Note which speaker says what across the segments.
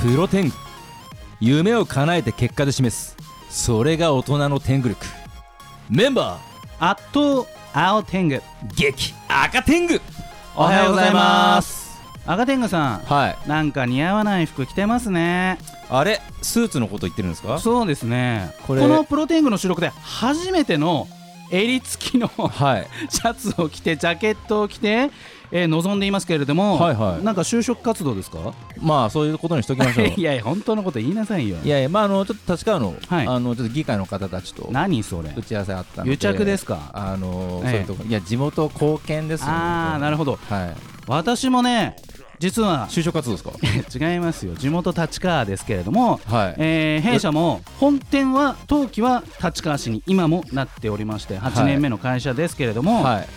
Speaker 1: プロテン夢を叶えて結果で示すそれが大人の天狗力メンバ
Speaker 2: アット青天狗
Speaker 1: ー激赤天狗
Speaker 2: おはようございます赤天狗さん
Speaker 1: はい
Speaker 2: なんか似合わない服着てますね
Speaker 1: あれスーツのこと言ってるんですか
Speaker 2: そうですね
Speaker 1: こ
Speaker 2: こ
Speaker 1: れ
Speaker 2: のプロテイングの収録で初めての襟付きの
Speaker 1: はい
Speaker 2: シャツを着てジャケットを着て、えー臨んでいますけれども、
Speaker 1: はいはい
Speaker 2: なんか就職活動ですか
Speaker 1: まあそういうことにしときましょう
Speaker 2: いやいや本当のこと言いなさいよ
Speaker 1: いやいやまああのちょっと立川の,、
Speaker 2: はい
Speaker 1: あのちょっと議会の方たちと
Speaker 2: 何それ
Speaker 1: 打ち合わせあったので
Speaker 2: 癒着ですか
Speaker 1: あの
Speaker 2: ええ
Speaker 1: そういうとこいや地元貢献ですよ
Speaker 2: ああなる
Speaker 1: ほ
Speaker 2: ほど
Speaker 1: どはい
Speaker 2: 私もね実は
Speaker 1: 就職活動ですか
Speaker 2: 違いますよ地元立川ですけれども、
Speaker 1: はい
Speaker 2: えー弊社も本店は当期は立川市に今もなっておりまして8年目の会社ですけれども、
Speaker 1: はい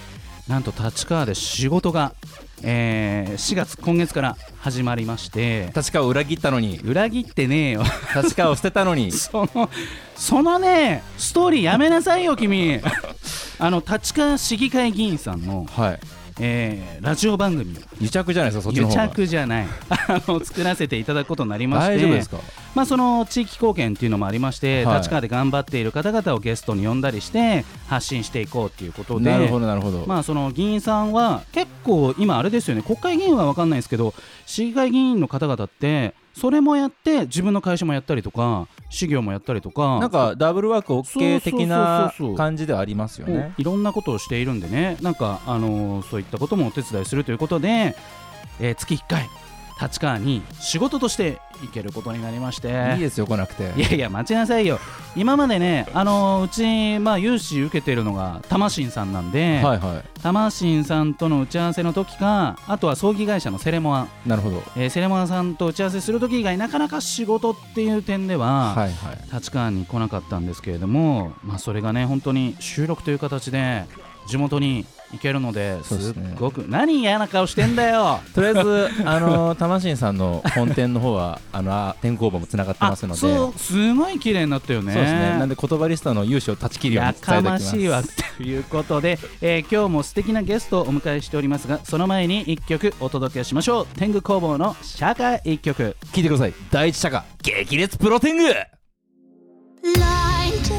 Speaker 2: なんと立川で仕事が、えー4月今月から始まりまして
Speaker 1: 立川を裏切ったの に
Speaker 2: 裏切ってねえよ
Speaker 1: 立川を捨てたのに
Speaker 2: そのそのねストーリーやめなさいよ君 あの立川市議会議員さんの、
Speaker 1: はい
Speaker 2: えーラジオ番組を
Speaker 1: 癒着じゃないですかそっちの
Speaker 2: 癒
Speaker 1: 方が
Speaker 2: 着じゃない あの作らせていただくことになりまして
Speaker 1: 大丈夫ですか
Speaker 2: まあ、その地域貢献っていうのもありまして、
Speaker 1: はい
Speaker 2: 立川で頑張っている方々をゲストに呼んだりして発信していこうっていうことで
Speaker 1: なるほどなるほど、
Speaker 2: まあ、その議員さんは結構今あれですよね国会議員は分かんないですけど市議会議員の方々ってそれもやって自分の会社もやったりとか事業もやったりとか
Speaker 1: なんかダブルワーク OK 的な
Speaker 2: そうそうそうそう
Speaker 1: 感じではありますよ
Speaker 2: も
Speaker 1: ね
Speaker 2: ういろんなことをしているんでねなんか、あのーそういったこともお手伝いするということで、えー月1回立川に仕事として行けることになりまして
Speaker 1: いいですよ来なくて
Speaker 2: いやいや待ちなさいよ今までねあのうちまあ融資受けてるのが玉新さんなんで、
Speaker 1: はいは
Speaker 2: 玉新さんとの打ち合わせの時かあとは葬儀会社のセレモア、
Speaker 1: いなるほど
Speaker 2: えーセレモアさんと打ち合わせする時以外なかなか仕事っていう点では、
Speaker 1: はいはい
Speaker 2: 立川に来なかったんですけれどもまあそれがね本当に収録という形で地元に行けるので
Speaker 1: そうですすね
Speaker 2: っごく、何嫌な顔してん だよ
Speaker 1: とりあえずあの玉新さんの本店の方はあのあ天候棒もつながって
Speaker 2: あ
Speaker 1: ますので
Speaker 2: そうすごい綺麗になったよね
Speaker 1: そうですねなんで言葉リストの融資を断ち 切るように
Speaker 2: や
Speaker 1: 伝え
Speaker 2: か
Speaker 1: ておき
Speaker 2: ま
Speaker 1: ます
Speaker 2: しいわということで、えー今日も素敵なゲストをお迎えしておりますがその前に一曲お届けしましょう天狗工房の社会一曲
Speaker 1: 聞いてください第一社が激烈プロテング
Speaker 3: Blind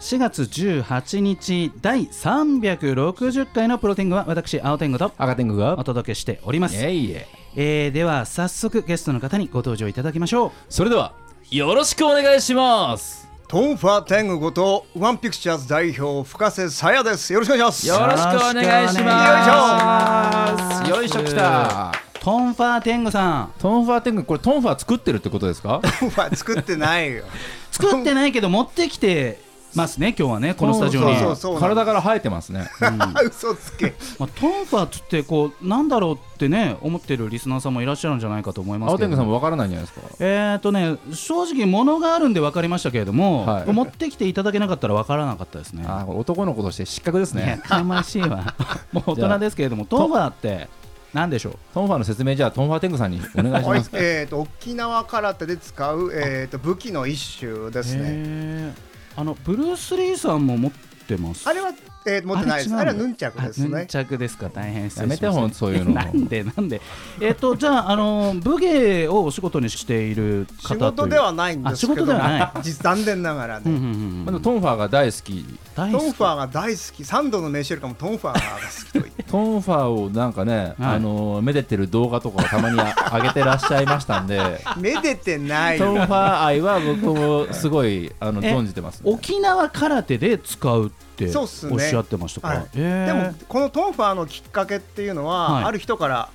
Speaker 2: 4月18日第360回のプロテングは私青天狗と
Speaker 1: 赤天狗が
Speaker 2: お届けしております、
Speaker 1: いえいえ
Speaker 2: えーでは早速ゲストの方にご登場いただきましょう
Speaker 1: それではよろしくお願いします
Speaker 4: トンファー天狗ことワンピクチャーズ代表深瀬さやですよろしくお願いし
Speaker 1: よ
Speaker 4: ま
Speaker 1: ろしくお願いします
Speaker 2: よ
Speaker 1: よ
Speaker 2: い
Speaker 1: い
Speaker 2: し
Speaker 1: し
Speaker 2: ょ
Speaker 1: ょきた
Speaker 2: トンファー天狗さん
Speaker 1: トンファー天狗これトンファー作ってるってことですか
Speaker 4: すトンファー作ってないよ
Speaker 2: 作ってないけど持ってきてますね今日はねこのスタジオに
Speaker 4: そうそうそう
Speaker 1: 体から生えてますね
Speaker 4: 嘘つけ
Speaker 2: まあ、トンファーっつってこうなんだろうってね思ってるリスナーさんもいらっしゃるんじゃないかと思います
Speaker 1: 青
Speaker 2: け
Speaker 1: 天
Speaker 2: れ
Speaker 1: 狗さ
Speaker 2: ど
Speaker 1: ん
Speaker 2: も
Speaker 1: もわからないんじゃないですか
Speaker 2: えーとね正直物があるんで分かりましたけれども、
Speaker 1: はい
Speaker 2: 持ってきていただけなかったら分からなかったですね
Speaker 1: あーこれ男の子として失格です
Speaker 2: いや
Speaker 1: ね
Speaker 2: かまし いわもう大人ですけれど
Speaker 1: ゃ
Speaker 2: も
Speaker 1: あ
Speaker 2: トンファーって何でしょう
Speaker 1: トンファーの説明じゃあトンファー天狗さんにお願いし
Speaker 4: はい
Speaker 1: ます
Speaker 4: えーと沖縄空手で使う、えー、と武器の一種ですね
Speaker 2: へーあのブルース・リーさんも持ってます
Speaker 4: あれは、えー持ってないですあれ
Speaker 2: 違うの
Speaker 4: はヌンチャクです
Speaker 2: あヌン
Speaker 4: ね
Speaker 2: チャクですか、大変失
Speaker 1: や
Speaker 2: 礼しま
Speaker 1: め
Speaker 2: した
Speaker 1: てほんとそういうの
Speaker 2: なんで、なんで。えっと、じゃあ、あの、武芸をお仕事にしている方とい
Speaker 4: 仕
Speaker 2: う
Speaker 4: 事ではないんですけど
Speaker 2: あ仕事ではない
Speaker 4: 残念ながら
Speaker 2: う
Speaker 4: ね、
Speaker 2: んうんうん
Speaker 1: まあでもトンファーが大好き
Speaker 2: 大好
Speaker 4: ト
Speaker 2: き
Speaker 4: ンファーが大好き三度の飯よりかもトンファーが好きと言 って
Speaker 1: トンファーをなんかね、
Speaker 2: はい
Speaker 1: あのーめでてる動画とかをたまにあ上げてらっしゃいましたんで
Speaker 4: めでてない
Speaker 1: トン
Speaker 4: よ
Speaker 1: ファー愛は僕もすごいあの
Speaker 2: え
Speaker 1: 存じてます、ね、
Speaker 2: 沖縄空手で使うって
Speaker 4: そうっすね
Speaker 2: おっしゃってましたか、
Speaker 4: はい
Speaker 2: え
Speaker 4: で
Speaker 2: ー
Speaker 4: もこのトンファーのきっかけっていうのは、
Speaker 2: はい
Speaker 4: ある人から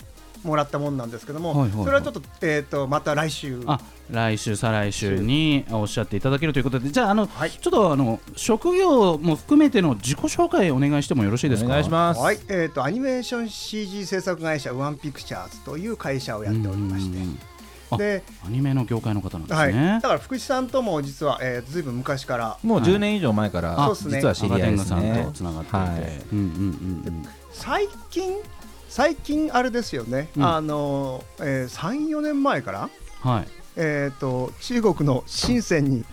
Speaker 4: もらったもんなんですけども、
Speaker 2: はいはいはい
Speaker 4: それはちょっと,、えー、とまた来週
Speaker 2: あ来週再来週におっしゃっていただけるということでじゃああの、
Speaker 4: はい
Speaker 2: ちょっとあの職業も含めての自己紹介お願いしてもよろしいですか
Speaker 1: お願いし
Speaker 2: す
Speaker 1: ます、
Speaker 4: はいえー、とアニメーション CG 制作会社ワンピクチャーズという会社をやっておりまして
Speaker 2: あ
Speaker 4: で、
Speaker 2: アニメの業界の方なんです
Speaker 4: はい、
Speaker 2: ね
Speaker 4: だ、から福士さんとも実は、えー、ずいぶん昔から
Speaker 1: もう10年以上前から、
Speaker 4: はい
Speaker 1: 実は知り
Speaker 2: 赤
Speaker 1: 合い
Speaker 2: 天
Speaker 1: で
Speaker 2: 狗
Speaker 1: す
Speaker 2: さん
Speaker 1: ね
Speaker 2: とつながっていて、
Speaker 1: はい
Speaker 2: うんうんうんうん
Speaker 4: 最近最近あれですよね、
Speaker 2: うん
Speaker 4: あのーえー、34年前から、
Speaker 2: はい
Speaker 4: えー、と中国の深センに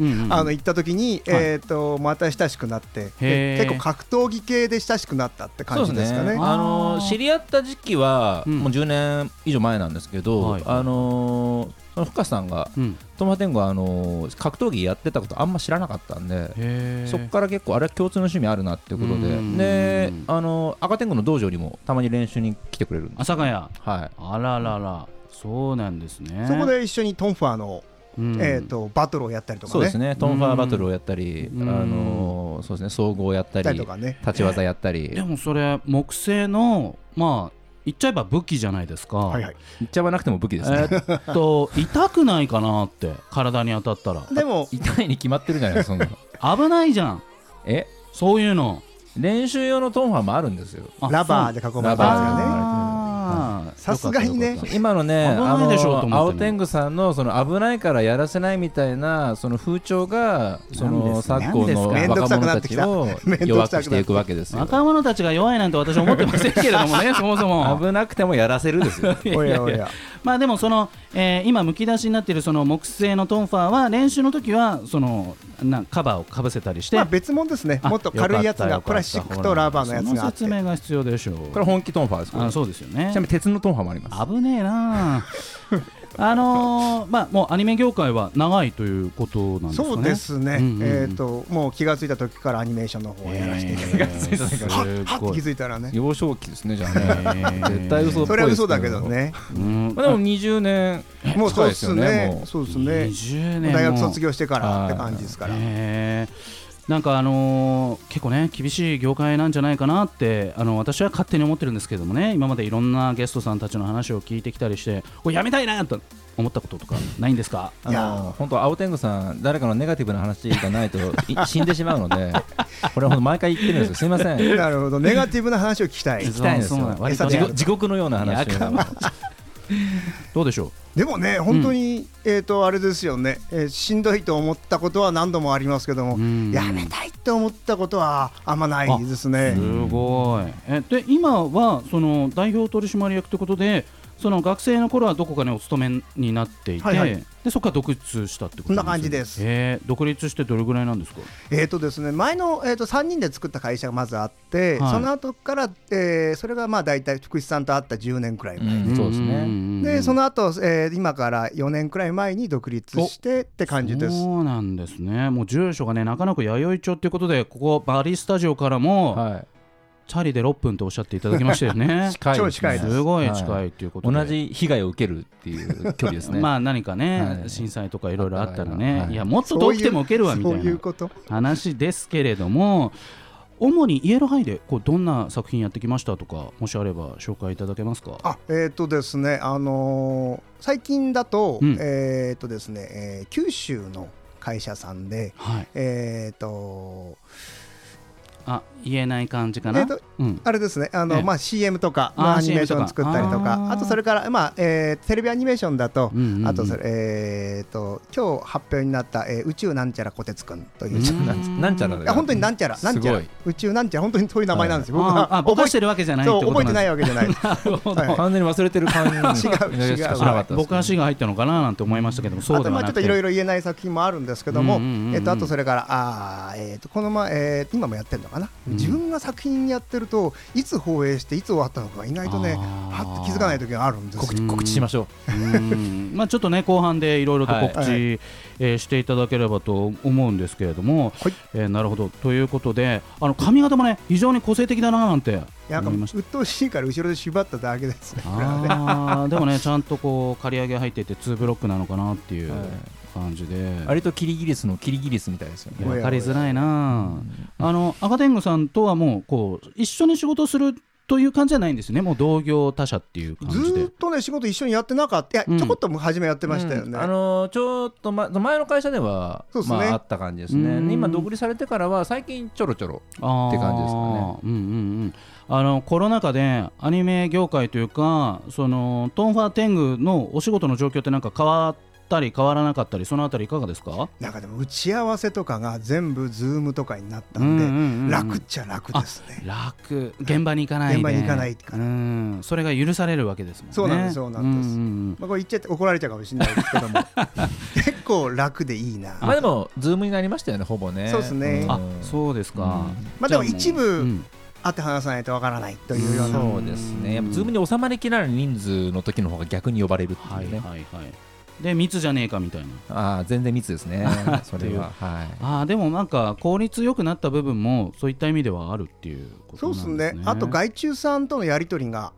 Speaker 2: うんうんうん
Speaker 4: あの行った時に、
Speaker 2: はい
Speaker 4: えー、とまた親しくなって
Speaker 2: へー
Speaker 4: で結構格闘技系で親しくなったって感じですかね
Speaker 2: ね
Speaker 1: あの
Speaker 2: あー
Speaker 1: 知り合った時期は、
Speaker 2: うん
Speaker 1: もう10年以上前なんですけど、
Speaker 2: はい
Speaker 1: あのーその深さんが
Speaker 2: うん
Speaker 1: トマテンゴはあのー格闘技やってたことあんま知らなかったんで。
Speaker 2: へー
Speaker 1: そこから結構あれは共通の趣味あるなっていうこと
Speaker 2: う
Speaker 1: で
Speaker 2: ん
Speaker 1: であのー赤天狗の道場にもたまに練習に来てくれるんで
Speaker 2: 阿佐ヶ谷あ
Speaker 1: はい
Speaker 2: らららそうなんですね
Speaker 4: そこで一緒にトンファーの、
Speaker 2: うん
Speaker 4: えー、とバトルをやったりとか
Speaker 1: そうで
Speaker 4: ね
Speaker 1: すねトンファーバトルをやったり、
Speaker 2: うん
Speaker 1: あのーそうですね総合やった
Speaker 4: やった
Speaker 1: り
Speaker 4: りとかね
Speaker 1: 立ち技やったり
Speaker 2: でもそれ木製のまあ言っちゃえば武器じゃないですか
Speaker 4: はいはい
Speaker 1: 言っちゃわなくても武器ですね、
Speaker 2: えーっと痛くないかなって体に当たったら
Speaker 4: でも
Speaker 1: 痛いに決まってるじゃないです かそんなの
Speaker 2: 危ないじゃん
Speaker 1: え
Speaker 2: そういうの
Speaker 1: 練習用のトンファーもあるんですよ
Speaker 2: あ
Speaker 4: ラバーで囲まれ
Speaker 1: ラ
Speaker 4: たん
Speaker 1: バーで
Speaker 4: ですよね
Speaker 2: あー
Speaker 4: さすがにね
Speaker 2: よかったよかっ
Speaker 1: 今のね、
Speaker 2: 危ないでしょう
Speaker 1: あ
Speaker 2: と思ってね
Speaker 1: の青天狗さんのその危ないからやらせないみたいなその風潮がそ
Speaker 2: なんで
Speaker 1: の
Speaker 2: す
Speaker 1: 昨今の
Speaker 4: なんですかめんどく
Speaker 1: 若者たちを
Speaker 4: さくなってきた
Speaker 1: 弱くしていくわけです
Speaker 2: た
Speaker 1: よ。
Speaker 2: 若者たちが弱いなんて私は思ってませんけれど もねそもそも
Speaker 1: 危なくてもやらせるですよ。
Speaker 4: おやおや
Speaker 2: まあでもその、えー今むき出しになっているその木製のトンファーは練習の時はそのなカバーをかぶせたりして、
Speaker 4: まあ別物ですね
Speaker 2: あ
Speaker 4: もっと軽いやつ
Speaker 2: よかったよか
Speaker 4: が
Speaker 2: った
Speaker 4: プラスチックとラバーのやつ
Speaker 2: ほら
Speaker 4: があっ
Speaker 2: そ
Speaker 4: て
Speaker 2: の説明が必要でしょう
Speaker 1: これ本気トンファーですから
Speaker 2: あそうですよね
Speaker 1: ちなみに鉄のトンファーもあります。
Speaker 2: 危ねえな ああのーまあもうアニメ業界は長いということなんですかね
Speaker 4: そうですね、
Speaker 2: うんうんうん
Speaker 4: えっ、ともう気がついた時からアニメーションの方をやらせていただいて、
Speaker 2: えー
Speaker 1: す
Speaker 4: はっはっ
Speaker 2: ご
Speaker 4: て気
Speaker 2: い
Speaker 4: づいたらね
Speaker 1: 幼少期ですねじゃあ
Speaker 2: えー
Speaker 1: ね。絶対嘘っぽいですけど。
Speaker 4: それは嘘だけど。ね
Speaker 2: うん
Speaker 1: まあでも20年
Speaker 4: もうそう
Speaker 1: 近い
Speaker 4: で
Speaker 1: です
Speaker 4: す
Speaker 1: よね。
Speaker 4: ね
Speaker 1: もう
Speaker 4: そうですね
Speaker 2: 20年も
Speaker 4: 大学卒業してからって感じですから、
Speaker 2: へえなんかあのー結構ね厳しい業界なんじゃないかなってあの私は勝手に思ってるんですけどもね今までいろんなゲストさんたちの話を聞いてきたりしてこれやめたいなと思ったこととかないんですか
Speaker 1: あ
Speaker 4: いや
Speaker 1: の本当青天狗さん誰かのネガティブな話がないとい死んでしまうのでこれはほんと毎回言ってるんですよすいません聞
Speaker 4: なるほどネガティブな話を聞きたい
Speaker 1: きたいんです
Speaker 2: そうな
Speaker 1: よ
Speaker 2: の
Speaker 1: 割と
Speaker 4: 餌で
Speaker 1: 地
Speaker 4: あ
Speaker 1: 獄
Speaker 4: る
Speaker 1: 地獄のような話
Speaker 2: いや
Speaker 1: を
Speaker 2: どうでしょう
Speaker 4: でもね本当に、えっ、とあれですよね、えーしんどいと思ったことは何度もありますけども、
Speaker 2: うん
Speaker 4: やめたいと思ったことはあんまないですね
Speaker 2: すごいえで今はその代表取締役ということでその学生の頃はどこかにお勤めになっていて、
Speaker 4: はいはい
Speaker 2: でそこから独立したってこと
Speaker 4: そんな感じです
Speaker 2: え独立してどれぐらいなんですか
Speaker 4: えーとですね、前の、えー、と3人で作った会社がまずあって、
Speaker 2: はい
Speaker 4: その後から、えーそれがまあ大体福士さんと会った10年くらい前、
Speaker 1: うんそうですね
Speaker 4: でそ
Speaker 2: の
Speaker 4: の後、えー今から4年くらい前に独立してって感じです。
Speaker 2: そうなんですねもう住所がね中野区弥生町ということでここバリスタジオからも、
Speaker 1: は
Speaker 2: チャリで6分とおっしゃっていただきましたよ
Speaker 1: い
Speaker 2: ね
Speaker 1: 近い
Speaker 4: 超
Speaker 1: ですね
Speaker 4: 近いです
Speaker 2: ごい近いということで、
Speaker 1: 同じ被害を受けるっていう距離ですね
Speaker 2: まあ何かね、
Speaker 1: はい
Speaker 2: 震災とかいろいろあったら
Speaker 1: あった
Speaker 2: ね、
Speaker 1: らはい
Speaker 2: いやもっと遠くても受けるわみたい
Speaker 4: そういう
Speaker 2: な
Speaker 4: こと
Speaker 2: 話ですけれども主にイエローハイでこうどんな作品やってきましたとかもしあれば紹介いただけますか
Speaker 4: あえっ、とですね、あのー最近だと,、
Speaker 2: うん
Speaker 4: えっとですねえー九州の会社さんで、
Speaker 2: はい
Speaker 4: えっと
Speaker 2: あ言えない感じかな、
Speaker 4: えーと
Speaker 2: うん
Speaker 4: あれですね、あの、
Speaker 2: ええ
Speaker 4: まあ、CM とか、
Speaker 2: あー
Speaker 4: まあ、アニメーション
Speaker 2: CM と
Speaker 4: 作
Speaker 2: か
Speaker 4: ったりとか、
Speaker 2: あー
Speaker 4: あとそれから、まあえーテレビアニメーションだと、
Speaker 2: うんうんうん
Speaker 4: あとそれ、えー、と今日発表になった、えー宇宙なんちゃらこてつくんという、
Speaker 2: うん
Speaker 4: い
Speaker 1: なんなんちゃらだ
Speaker 4: や
Speaker 1: よ
Speaker 4: 本当になんちゃら、なんちゃら
Speaker 1: すごい、
Speaker 4: 宇宙なんちゃら、本当にそういう名前なんですよ、僕
Speaker 2: あ
Speaker 4: は
Speaker 2: あぼかして
Speaker 4: る
Speaker 2: るわけじゃないって
Speaker 4: そ
Speaker 2: こ
Speaker 4: う
Speaker 2: と
Speaker 4: 覚えて
Speaker 2: なん
Speaker 4: な
Speaker 2: で
Speaker 4: いわけじゃないです。
Speaker 2: す なるほど、
Speaker 4: はい
Speaker 1: 完全に忘れてる感じ
Speaker 4: 違う違う
Speaker 1: しかしなかったですね
Speaker 2: あぼかしが入ったのかななんて思いましたけども、そ
Speaker 4: あ
Speaker 2: うで
Speaker 4: とま
Speaker 2: は
Speaker 4: あちょ
Speaker 2: な
Speaker 4: っ
Speaker 2: く
Speaker 4: といろい
Speaker 2: て
Speaker 4: ろ言えない作品もあるんですけども、
Speaker 2: うんうんうんうん
Speaker 4: えっとあとそれからあーえっとこのまえっと今もやってるのかな、
Speaker 2: うん
Speaker 4: 自分が作品やってるといつ放映していつ終わったのかが意外とね
Speaker 2: あ
Speaker 4: は
Speaker 2: ー
Speaker 4: って気づかない時があるんですよ
Speaker 1: 告知告知しましょ
Speaker 2: うんまあちょっとね後半でいろいろと告知、
Speaker 4: はいはい
Speaker 2: えーしていただければと思うんですけれども、
Speaker 4: はい
Speaker 2: えーなるほどということであの髪型もね非常に個性的だななんて
Speaker 4: なんか
Speaker 2: 思いました
Speaker 4: 鬱陶しいから後ろで縛っただけですね。
Speaker 2: あーでもねちゃんとこう刈り上げ入ってて2ブロックなのかなっていう
Speaker 1: う。
Speaker 2: 感じで、
Speaker 1: 割とキリギリスのキリギリスみたいですよ
Speaker 2: い
Speaker 1: ね。
Speaker 2: や分かりづらいなああの赤天狗さんとはもうこう一緒に仕事するという感じじゃないんですよねもう同業他社っていう感
Speaker 4: ず
Speaker 2: じ
Speaker 4: ー
Speaker 2: で
Speaker 4: っとね仕事一緒にやってなかったいや、
Speaker 2: うん
Speaker 4: ちょこっとも初めやってましたよね、
Speaker 1: うんあのーちょっとま前の会社では
Speaker 4: そうですね
Speaker 1: まああった感じです
Speaker 2: うん
Speaker 1: ね。今独立されてからは最近ちょろちょろ。
Speaker 2: っ
Speaker 1: 感じ
Speaker 2: て
Speaker 1: ですかね。
Speaker 2: うんうんうん。あのコロナ禍でアニメ業界というかそのトンファーテングのお仕事の状況ってなんか変わったり変わらなかったりそのあたりいかがですか？
Speaker 4: なんかでも打ち合わせとかが全部ズームとかになった
Speaker 2: うん
Speaker 4: で、
Speaker 2: んうんうん
Speaker 4: 楽っちゃ楽ですね
Speaker 2: 楽現場に行かないで
Speaker 4: 現場に行かないから
Speaker 2: うんそれが許されるわけですもんね。
Speaker 4: そうなんですそうなんです
Speaker 2: うんうんうん
Speaker 4: まあ、これ言っちゃって怒られちゃうかもしれないですけども結構楽でいいな
Speaker 2: あ
Speaker 1: まあでもズームになりましたよねほぼね
Speaker 4: そうっすね
Speaker 2: あそうですか、
Speaker 1: うん
Speaker 4: まあ
Speaker 2: じ
Speaker 4: で
Speaker 2: ゃ
Speaker 4: も一部、
Speaker 2: うん
Speaker 4: 会って話さないとわからないと
Speaker 1: と
Speaker 4: いうような、
Speaker 1: そうですねやっぱズームに収まりきらない人数の時の方が逆に呼ばれるって
Speaker 2: はい
Speaker 1: いう
Speaker 2: はい
Speaker 1: ね、
Speaker 2: はいで密じゃねえかみたいな
Speaker 1: ああ全然密で すねそれははい
Speaker 2: あーでもなんか効率良くなった部分もそういった意味ではあるっていうこと
Speaker 4: そ
Speaker 2: な
Speaker 4: うんで
Speaker 2: ですす
Speaker 4: ね
Speaker 2: ね
Speaker 4: あと外注さんとのやり取りが、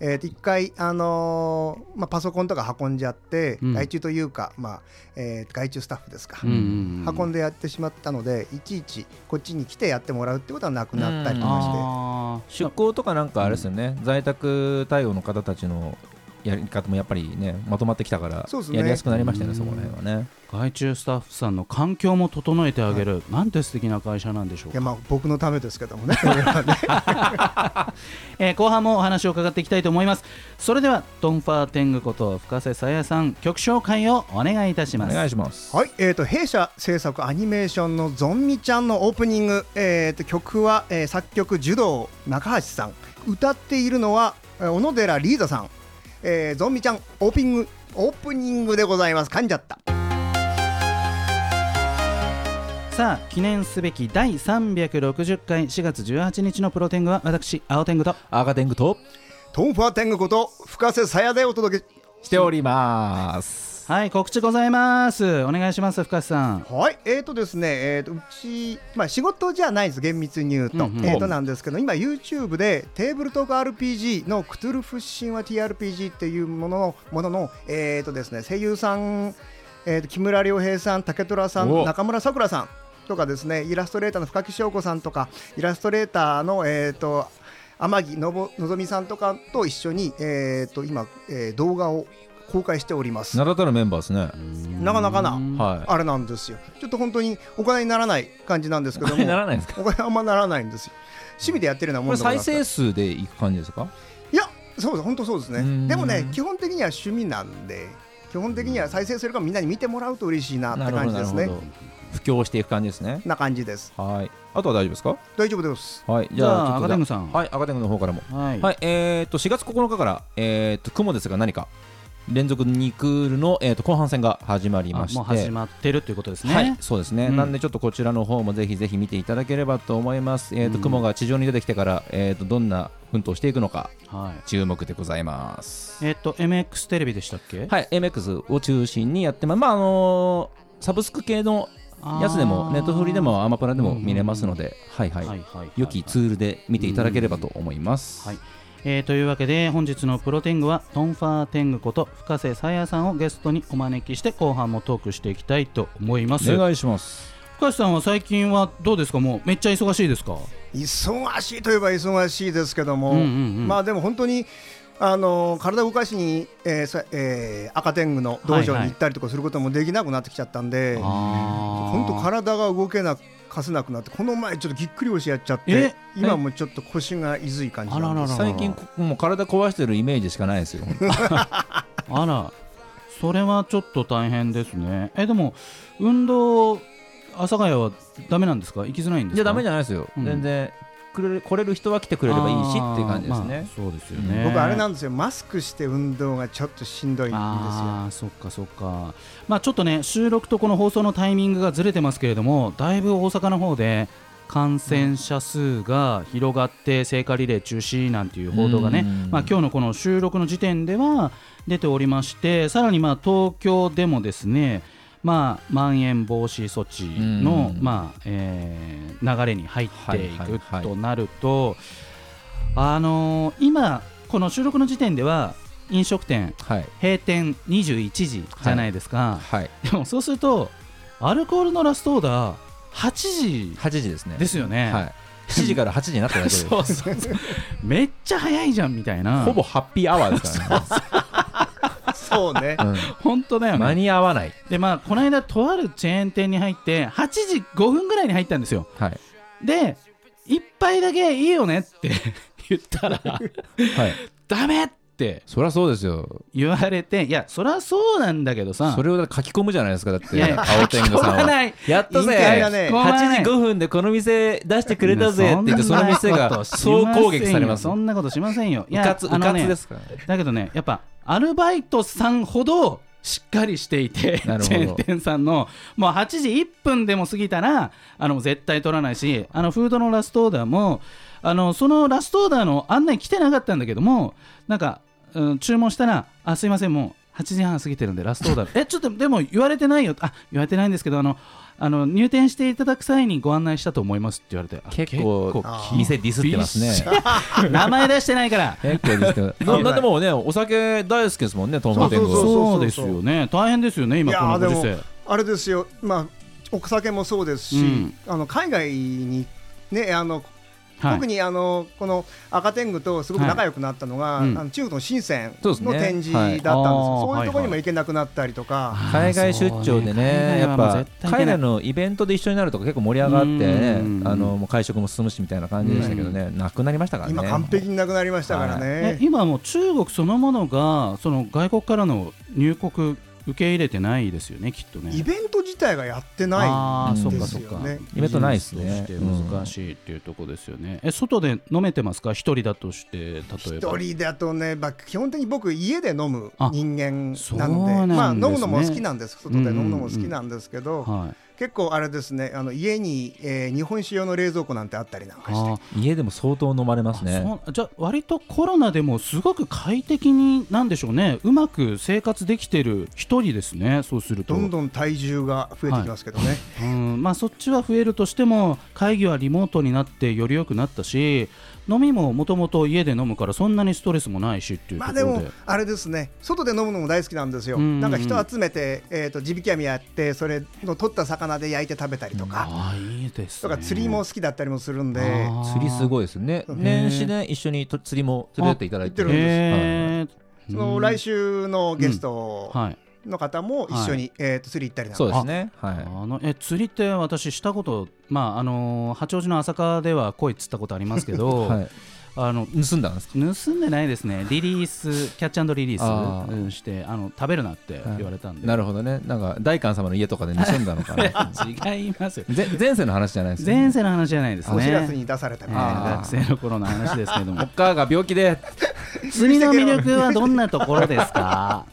Speaker 4: えーと一回、あのーまあ、パソコンとか運んじゃって、
Speaker 2: うん
Speaker 4: 外注というか、まあえー外注スタッフですか、
Speaker 2: うんうんうん、
Speaker 4: 運ん
Speaker 2: で
Speaker 4: でやってしまったのでいちいちこっちに来てやってもらうってことはなくなったりとかして。
Speaker 2: あー
Speaker 1: 出向とかなんかあれですよね、在宅対応の方たちのやり方もやっぱりねまとまってきたから
Speaker 4: そうですね
Speaker 1: やりやすくなりましたよね
Speaker 2: うん
Speaker 1: そこら辺はね
Speaker 2: 外注スタッフさんの環境も整えてあげる、なんて素敵な会社なんでしょう
Speaker 4: い
Speaker 2: か
Speaker 4: やまあ僕のためですけども ねそれはね
Speaker 2: えー後半もお話を伺っていきたいと思いますそれではドンファーテングこと深瀬さやさん曲紹介をお願いいたし
Speaker 1: お
Speaker 2: ます
Speaker 1: 願いします
Speaker 4: はい、えー、と弊社制作アニメーションの「ゾンビちゃん」のオープニング、えー、と曲は、えー作曲樹道中橋さん歌っているのはえー小野寺リーザさん、えーゾンビちゃんオープニングオープニングでございます噛んじゃった
Speaker 2: さあ記念すべき第360回4月18日のプロテングは私青天狗と
Speaker 1: 赤天狗と
Speaker 4: トンファーテングこと深瀬さやでお届け
Speaker 1: しております
Speaker 2: はい告知ございますお願いします深瀬さん
Speaker 4: はい、えーとですね、えー、とうち、まあ、仕事じゃないです、厳密に言うと。
Speaker 2: うんうん
Speaker 4: えーとなんですけど、今、YouTube でテーブルトーク RPG のクトゥルフ神話 TRPG っていうもののものの、えーとですね、声優さん、えーと木村良平さん、竹虎さん、
Speaker 1: お
Speaker 4: 中村さくらさんとかですね、イラストレーターの深木翔子さんとか、イラストレーターの、えーと天城のぼのぞみさんとかと一緒に、えー、と今、えー動画を公開しております。
Speaker 1: 名だたるメンバーですね
Speaker 4: なかなかな。
Speaker 1: は
Speaker 4: あれなんですよ。ちょっと本当にお金にならない感じなんですけ
Speaker 1: い
Speaker 4: ど
Speaker 1: あれな
Speaker 4: も、
Speaker 1: らないんですか
Speaker 4: お金あんまならないんですよ。趣味でやってるような
Speaker 1: こ
Speaker 4: もん
Speaker 1: れ
Speaker 4: だから
Speaker 1: 再生数でいく感じですか
Speaker 4: いや、そうです、本当そうです
Speaker 1: う
Speaker 4: ね。
Speaker 1: ん
Speaker 4: でもね、基本的には趣味なんで、基本的には再生するからみんなに見てもらうと嬉しいなって感じですね。
Speaker 1: 布教していく感じですね
Speaker 4: な感じです。
Speaker 1: はいあとは大丈夫ですか
Speaker 4: 大丈夫です。
Speaker 1: はい
Speaker 2: じ
Speaker 1: じ
Speaker 2: ゃあ
Speaker 1: ゃあちょっと
Speaker 2: 赤
Speaker 1: じゃ
Speaker 2: 天狗さん
Speaker 1: あはい赤天狗の方からも
Speaker 2: はい
Speaker 1: はい、えー、と4月9日から、えー、と雲ですが何か連続2クールの、えー、と後半戦が始まり
Speaker 2: あ
Speaker 1: まして
Speaker 2: もう始まってるということですね、
Speaker 1: はい、そうですね、
Speaker 2: うん
Speaker 1: なんでちょっとこちらの方もぜひぜひ見ていただければと思います、えーと
Speaker 2: うん
Speaker 1: 雲が地上に出てきてから、えー、とどんな奮闘をしていくのか
Speaker 2: はい
Speaker 1: 注目でございます
Speaker 2: えっ、と MX テレビでしたっけ、
Speaker 1: はい MX を中心にやってままああのーサブスク系の
Speaker 2: あー
Speaker 1: やつでもネットフリでもアマプラでも見れますので、はいは、
Speaker 2: はいいはい
Speaker 1: 良きツールで見ていただければと思います、
Speaker 2: はいえーというわけで本日のプロテングはトンファーテングこと深瀬さやさんをゲストにお招きして後半もトークしていきたいと思います
Speaker 1: お願いします
Speaker 2: 深瀬さんは最近はどうですかもうめっちゃ忙しいですか
Speaker 4: 忙しいといえば忙しいですけども、
Speaker 2: うんうんうん
Speaker 4: まあでも本当に。あの体を動かしに、えーさえー赤天狗の道場に行ったりとかすることもできなくなってきちゃったんで、
Speaker 2: 本
Speaker 4: 本当体が動けなかせなくなってこの前ちょっとぎっくり腰やっちゃっ
Speaker 2: え
Speaker 4: て今もちょっと腰がいずい感じなんです
Speaker 2: あらら
Speaker 1: 最近こもう体壊してるイメージしかないです よ
Speaker 2: あらそれはちょっと大変ですねえでも運動阿佐ヶ谷はダメなんですか行きづらいんですか
Speaker 1: じゃあダメじ
Speaker 2: ゃ
Speaker 1: ゃないですよ、
Speaker 2: うん
Speaker 1: 全然来れる来れる人は来てくれればいいしっていう感じですね、
Speaker 2: そうですよね
Speaker 4: 僕あれなんんですよマスクして運動がちょっとしんどいんですよ
Speaker 2: あーそっかそっかまあちょっとね収録とこの放送のタイミングがずれてますけれどもだいぶ大阪の方で感染者数が広がって聖火リレー中止なんていう報道がね、
Speaker 1: うん
Speaker 2: まあ今日のこの収録の時点では出ておりましてさらにまあ東京でもですねまあ、まん延防止措置の、
Speaker 1: うん
Speaker 2: まあえー流れに入ってい
Speaker 1: はいはい
Speaker 2: く
Speaker 1: はい
Speaker 2: となると、あのー今、この収録の時点では飲食店
Speaker 1: はい
Speaker 2: 閉店21時じゃないですか、
Speaker 1: はい
Speaker 2: でもそうするとアルコールのラストオーダー8時
Speaker 1: 8時ですね
Speaker 2: ですよね、
Speaker 1: はい、7時から8時になっただけで
Speaker 2: そうそうそうめっちゃ早いじゃんみたいな
Speaker 1: ほぼハッピーアワーですから ね
Speaker 4: そうね
Speaker 2: 本当だ
Speaker 1: う
Speaker 2: よ
Speaker 1: ん間
Speaker 2: ね
Speaker 1: に合わない、
Speaker 2: でまあこの間とあるチェーン店に入って8時5分ぐらいに入ったんですよ
Speaker 1: はい
Speaker 2: で一杯だけいいよねって 言っ たら
Speaker 1: はい、
Speaker 2: ダメって
Speaker 1: そりゃそうですよ
Speaker 2: 言われていやそりゃそうなんだけどさ
Speaker 1: それをだから書き込むじゃないですかだって
Speaker 2: いやいや
Speaker 1: 青天狗
Speaker 2: 書き
Speaker 1: さん
Speaker 2: 込ま
Speaker 1: は
Speaker 2: ない
Speaker 1: やっと
Speaker 4: 委員会が
Speaker 1: ぜ、
Speaker 4: ね
Speaker 2: こ
Speaker 1: 8時5分でこの店出してくれたぜって言ってその店が総攻撃されます
Speaker 2: そんなことしませんよ。いや
Speaker 1: うかつう
Speaker 2: あの
Speaker 1: か
Speaker 2: ね
Speaker 1: つですからね
Speaker 2: だけどね、やっぱアルバイトさんほどしっかりしていてチ
Speaker 1: な
Speaker 2: ェ
Speaker 1: るほど
Speaker 2: ーン店さんのもう8時1分でも過ぎたらあの絶対取らないしあのフードのラストオーダーもあのそのラストオーダーの案内来てなかったんだけどもなんか、うん、注文したらあすいませんもう8時半過ぎてるんでラストオーダーえちょっとでも言われてないよあ言われてないんですけどあのあの入店していただく際にご案内したと思いますって言われてあ
Speaker 1: 結構
Speaker 4: あ
Speaker 1: 店ディスってますね
Speaker 2: びっしり名前出してないから
Speaker 1: 結構ディスってます
Speaker 4: はい
Speaker 1: だってもうねお酒大好きですもんねトンボ天
Speaker 4: そう
Speaker 1: 狗
Speaker 2: そうですよね大変ですよね今
Speaker 4: いや
Speaker 2: この
Speaker 4: ー
Speaker 2: ご時
Speaker 4: で
Speaker 2: 世
Speaker 4: もあれですよ、まあ、お酒もそうですし、
Speaker 2: うん
Speaker 4: あの海外に、ねあの
Speaker 2: はい
Speaker 4: 特にあのこの赤天狗とすごく仲良くなったのが、
Speaker 2: はいうん
Speaker 4: あの中国の深セン
Speaker 1: そうです
Speaker 4: の
Speaker 1: ね
Speaker 4: 展示だったんですよ
Speaker 2: はいあー
Speaker 4: そういうところにも行けなくなったりとか、
Speaker 1: 海外出張でねやっぱ海外
Speaker 2: の
Speaker 1: のイベントで一緒になるとか結構盛り上がってね
Speaker 2: うん
Speaker 1: あのもう会食も進むしみたいな感じでしたけどねなくなりましたからね
Speaker 4: 今完璧になくなりましたから
Speaker 2: え
Speaker 4: ね、
Speaker 2: 今もう中国そのものがその外国からの入国受け入れてないですよねきっとね
Speaker 4: イベント自体がやって
Speaker 2: あ
Speaker 4: な
Speaker 2: ー
Speaker 4: いん
Speaker 2: そっ
Speaker 4: で
Speaker 2: か
Speaker 4: す
Speaker 2: そっ
Speaker 4: よ
Speaker 2: か
Speaker 4: ね。
Speaker 1: イベントないですね
Speaker 2: ビジネスとして難しいっていうところですよね、え外で飲めてますか一人だとして例えば
Speaker 4: 一人だとね、まあ、基本的に僕、家で飲む
Speaker 2: あ
Speaker 4: 人間
Speaker 2: そう
Speaker 4: なので、
Speaker 2: なんで
Speaker 4: ま
Speaker 2: すね
Speaker 4: あ、飲むのも好きなんです、外で飲むのも好き
Speaker 2: うんうんうん
Speaker 4: なんですけど、
Speaker 2: はい
Speaker 4: 結構あれですね、あの家に、えー日本酒用の冷蔵庫なんてあったりなんかして、
Speaker 2: あ
Speaker 1: 家でも相当飲まれます
Speaker 2: ー
Speaker 1: ね
Speaker 2: そうじゃあ割とコロナでもすごく快適になんでしょうねうまく生活できてる一人ですねそうすると
Speaker 4: どんどん体重が増えてきますけどね、
Speaker 2: うんまあ、そっちは増えるとしても会議はリモートになってより良くなったし飲みももともと家で飲むからそんなにストレスもないしっていうと
Speaker 4: まあ
Speaker 2: ころで,、
Speaker 4: でも、あれですね、外で飲むのも大好きなんですよ、
Speaker 2: うんうんうん
Speaker 4: なんか人集めて、えー、と地引き網やって、それの取った魚で焼いて食べたりとか、
Speaker 2: ああいいです、
Speaker 4: と
Speaker 2: ね、
Speaker 4: か釣りも好きだったりもするんで、
Speaker 2: あー
Speaker 1: 釣りすごいですね
Speaker 4: うん
Speaker 1: 年始ね一緒にと釣りも連れてっていただいて
Speaker 4: あ行ってるん
Speaker 1: はい
Speaker 2: へえ
Speaker 4: その来週のゲスト
Speaker 2: はい
Speaker 4: の方も一緒に、えー、と釣り行ったりなんか
Speaker 1: そうですねは
Speaker 2: あのえ釣りって私したこと、まああのー八王子の浅川では鯉釣ったことありますけ
Speaker 1: い
Speaker 2: ど、
Speaker 1: は
Speaker 2: あの
Speaker 1: い盗んだんですか
Speaker 2: 盗んでないですねリリースキャッチアンドリリ
Speaker 1: あ
Speaker 2: ース
Speaker 1: ー
Speaker 2: うんしてあの食べるなって言われたんで、
Speaker 1: なるほどねなんか大観様の家とかで盗んだの かな
Speaker 2: 違いますよ
Speaker 1: ぜ前世の話じゃないですよね
Speaker 2: 前世の話じゃないですね
Speaker 4: お知らせに出されたみたいな、
Speaker 1: あー
Speaker 2: 学生の頃の話ですけ ども
Speaker 1: 母が病気で
Speaker 2: 釣りの魅力はどんなところです か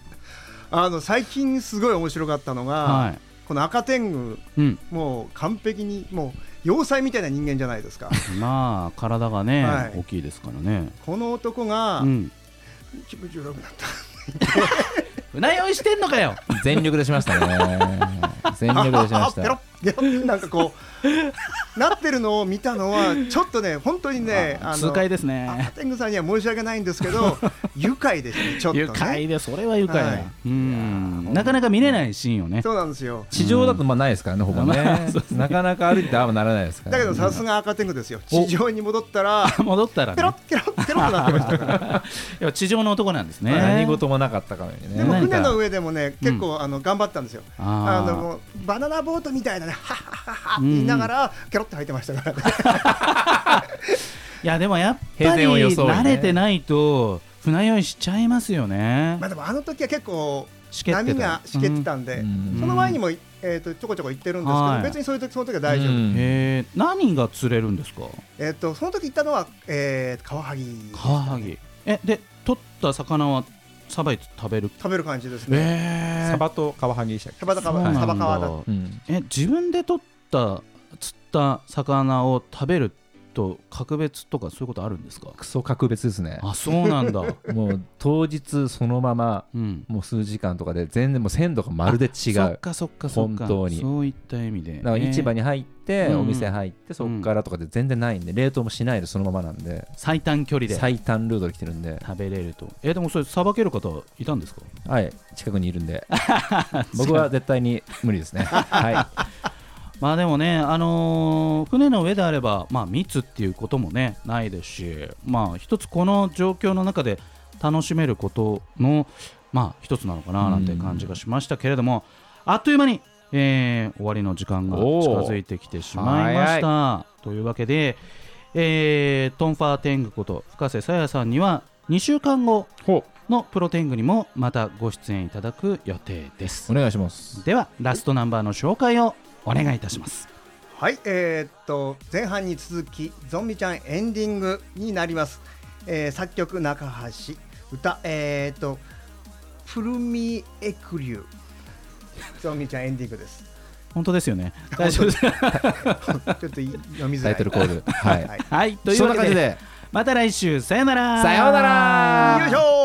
Speaker 4: あの最近すごい面白かったのが、
Speaker 2: は
Speaker 4: この赤天狗
Speaker 2: い、うん、
Speaker 4: もう完璧にもう要塞みたいな人間じゃない ですか
Speaker 2: まあ体がね、
Speaker 4: はい
Speaker 2: 大きいですからね
Speaker 4: この男が、
Speaker 2: うん
Speaker 4: 気持ち悪くなった
Speaker 2: 船酔いしてんのかよ
Speaker 1: 全力でしましたね 全力でしまし
Speaker 4: ペロッ
Speaker 1: た
Speaker 4: ペロッなんかこ うなってるのを見たのはちょっとね本当にねあ
Speaker 2: 痛
Speaker 4: の
Speaker 2: 快です
Speaker 4: 赤
Speaker 2: ね
Speaker 4: 天狗さんには申し訳ないんですけ ど愉快ですねちょっとね
Speaker 2: 愉快でそれは愉快だ、
Speaker 4: はいういや
Speaker 2: んなかなか見れないシーンよね
Speaker 4: そうなんですよ
Speaker 1: 地上だとまあないですからねほぼ
Speaker 2: ま あ
Speaker 1: ね
Speaker 2: そうですね
Speaker 1: なかなか歩いてあんまならないですから
Speaker 4: だけどさすが赤天狗ですよ地上に戻ったら
Speaker 2: 戻ったら、
Speaker 4: ペ
Speaker 2: ね、
Speaker 4: ロッペロッペロッとなってました から
Speaker 2: いや地上の男なんですね
Speaker 1: 何事もなかったかのように
Speaker 4: で
Speaker 1: ね
Speaker 4: も
Speaker 2: 何か
Speaker 4: 船の上でもね結構あの頑張ったんですよあ
Speaker 2: あー
Speaker 4: のもうバナナボートみたいなね、はっはっはっはって言いながら、ケロって入ってましたから ね、
Speaker 2: いやでもやっ
Speaker 1: 平
Speaker 2: ぱり
Speaker 1: 然を装いね
Speaker 2: 慣れてないと船酔いしちゃいますよね
Speaker 4: まあでもあの時は結構、
Speaker 2: しけってた
Speaker 4: 波がしけってたんで、
Speaker 1: うん
Speaker 4: その前にも、えー、とちょこちょこ行ってるんですけど、
Speaker 2: はい
Speaker 4: 別にそういう時その時は大丈夫、
Speaker 1: うん
Speaker 2: えー、何が釣れるんですか
Speaker 4: えー、とその時行ったのは、えー、カワハギ
Speaker 2: カワハギえで取った魚はさばいて食べる
Speaker 4: 食べる感じですね、
Speaker 2: え
Speaker 1: サバとカワハギでしたっけ
Speaker 4: サバだカワサバカワだ
Speaker 1: うん
Speaker 2: え自分で取った釣った魚を食べると格別とかそういうことあるんですか
Speaker 1: クソ格別ですね
Speaker 2: あそうなんだ
Speaker 1: もう当日そのまま
Speaker 2: うん
Speaker 1: もう数時間とかで全然もう鮮度がまるで違
Speaker 2: そっ
Speaker 1: う
Speaker 2: かそっかそっか
Speaker 1: 本当に
Speaker 2: そういった意味で
Speaker 1: だから市場
Speaker 2: に
Speaker 1: に入って、
Speaker 2: うん
Speaker 1: お店入ってそこからとかで全然ないんで、冷凍もしないでそのままなんで
Speaker 2: 最短距離で
Speaker 1: 最短ルートで来てるんで、
Speaker 2: 食べれるとえでもそれさばける方いたんですか
Speaker 1: はい、近くにいるん で僕は絶対に無理ですね、はい、
Speaker 2: まあでもね、あのー船の上であれば、まあ、密っていうこともねないですし、まあ、一つこの状況の中で楽しめることの、まあ、一つなのかななんて感じがしましたけれども、あっという間に、えー終わりの時間が近づいてきてしまいました。というわけで、えートンファー天狗こと深瀬さやさんには2週間後のプロ天狗にもまたご出演いただく予定です
Speaker 1: お。願いします
Speaker 2: ではラストナンバーの紹介をお願いいたします。
Speaker 4: はい、えーっと前半に続きゾンビちゃんエンディングになります。えー作曲中橋歌えーっとプルミエクリュゾンビちゃんエンディングです。
Speaker 2: 本当ですよね。大丈夫です。
Speaker 4: ちょっとい読みづ
Speaker 1: タ
Speaker 4: らい。
Speaker 1: イトルコ ール。はい。
Speaker 4: はい
Speaker 2: はい、とい
Speaker 1: そ
Speaker 2: うんわ
Speaker 1: な
Speaker 2: け
Speaker 1: 感
Speaker 2: で
Speaker 1: じで、
Speaker 2: また来週さよなら。
Speaker 1: さようなら
Speaker 4: よいしょー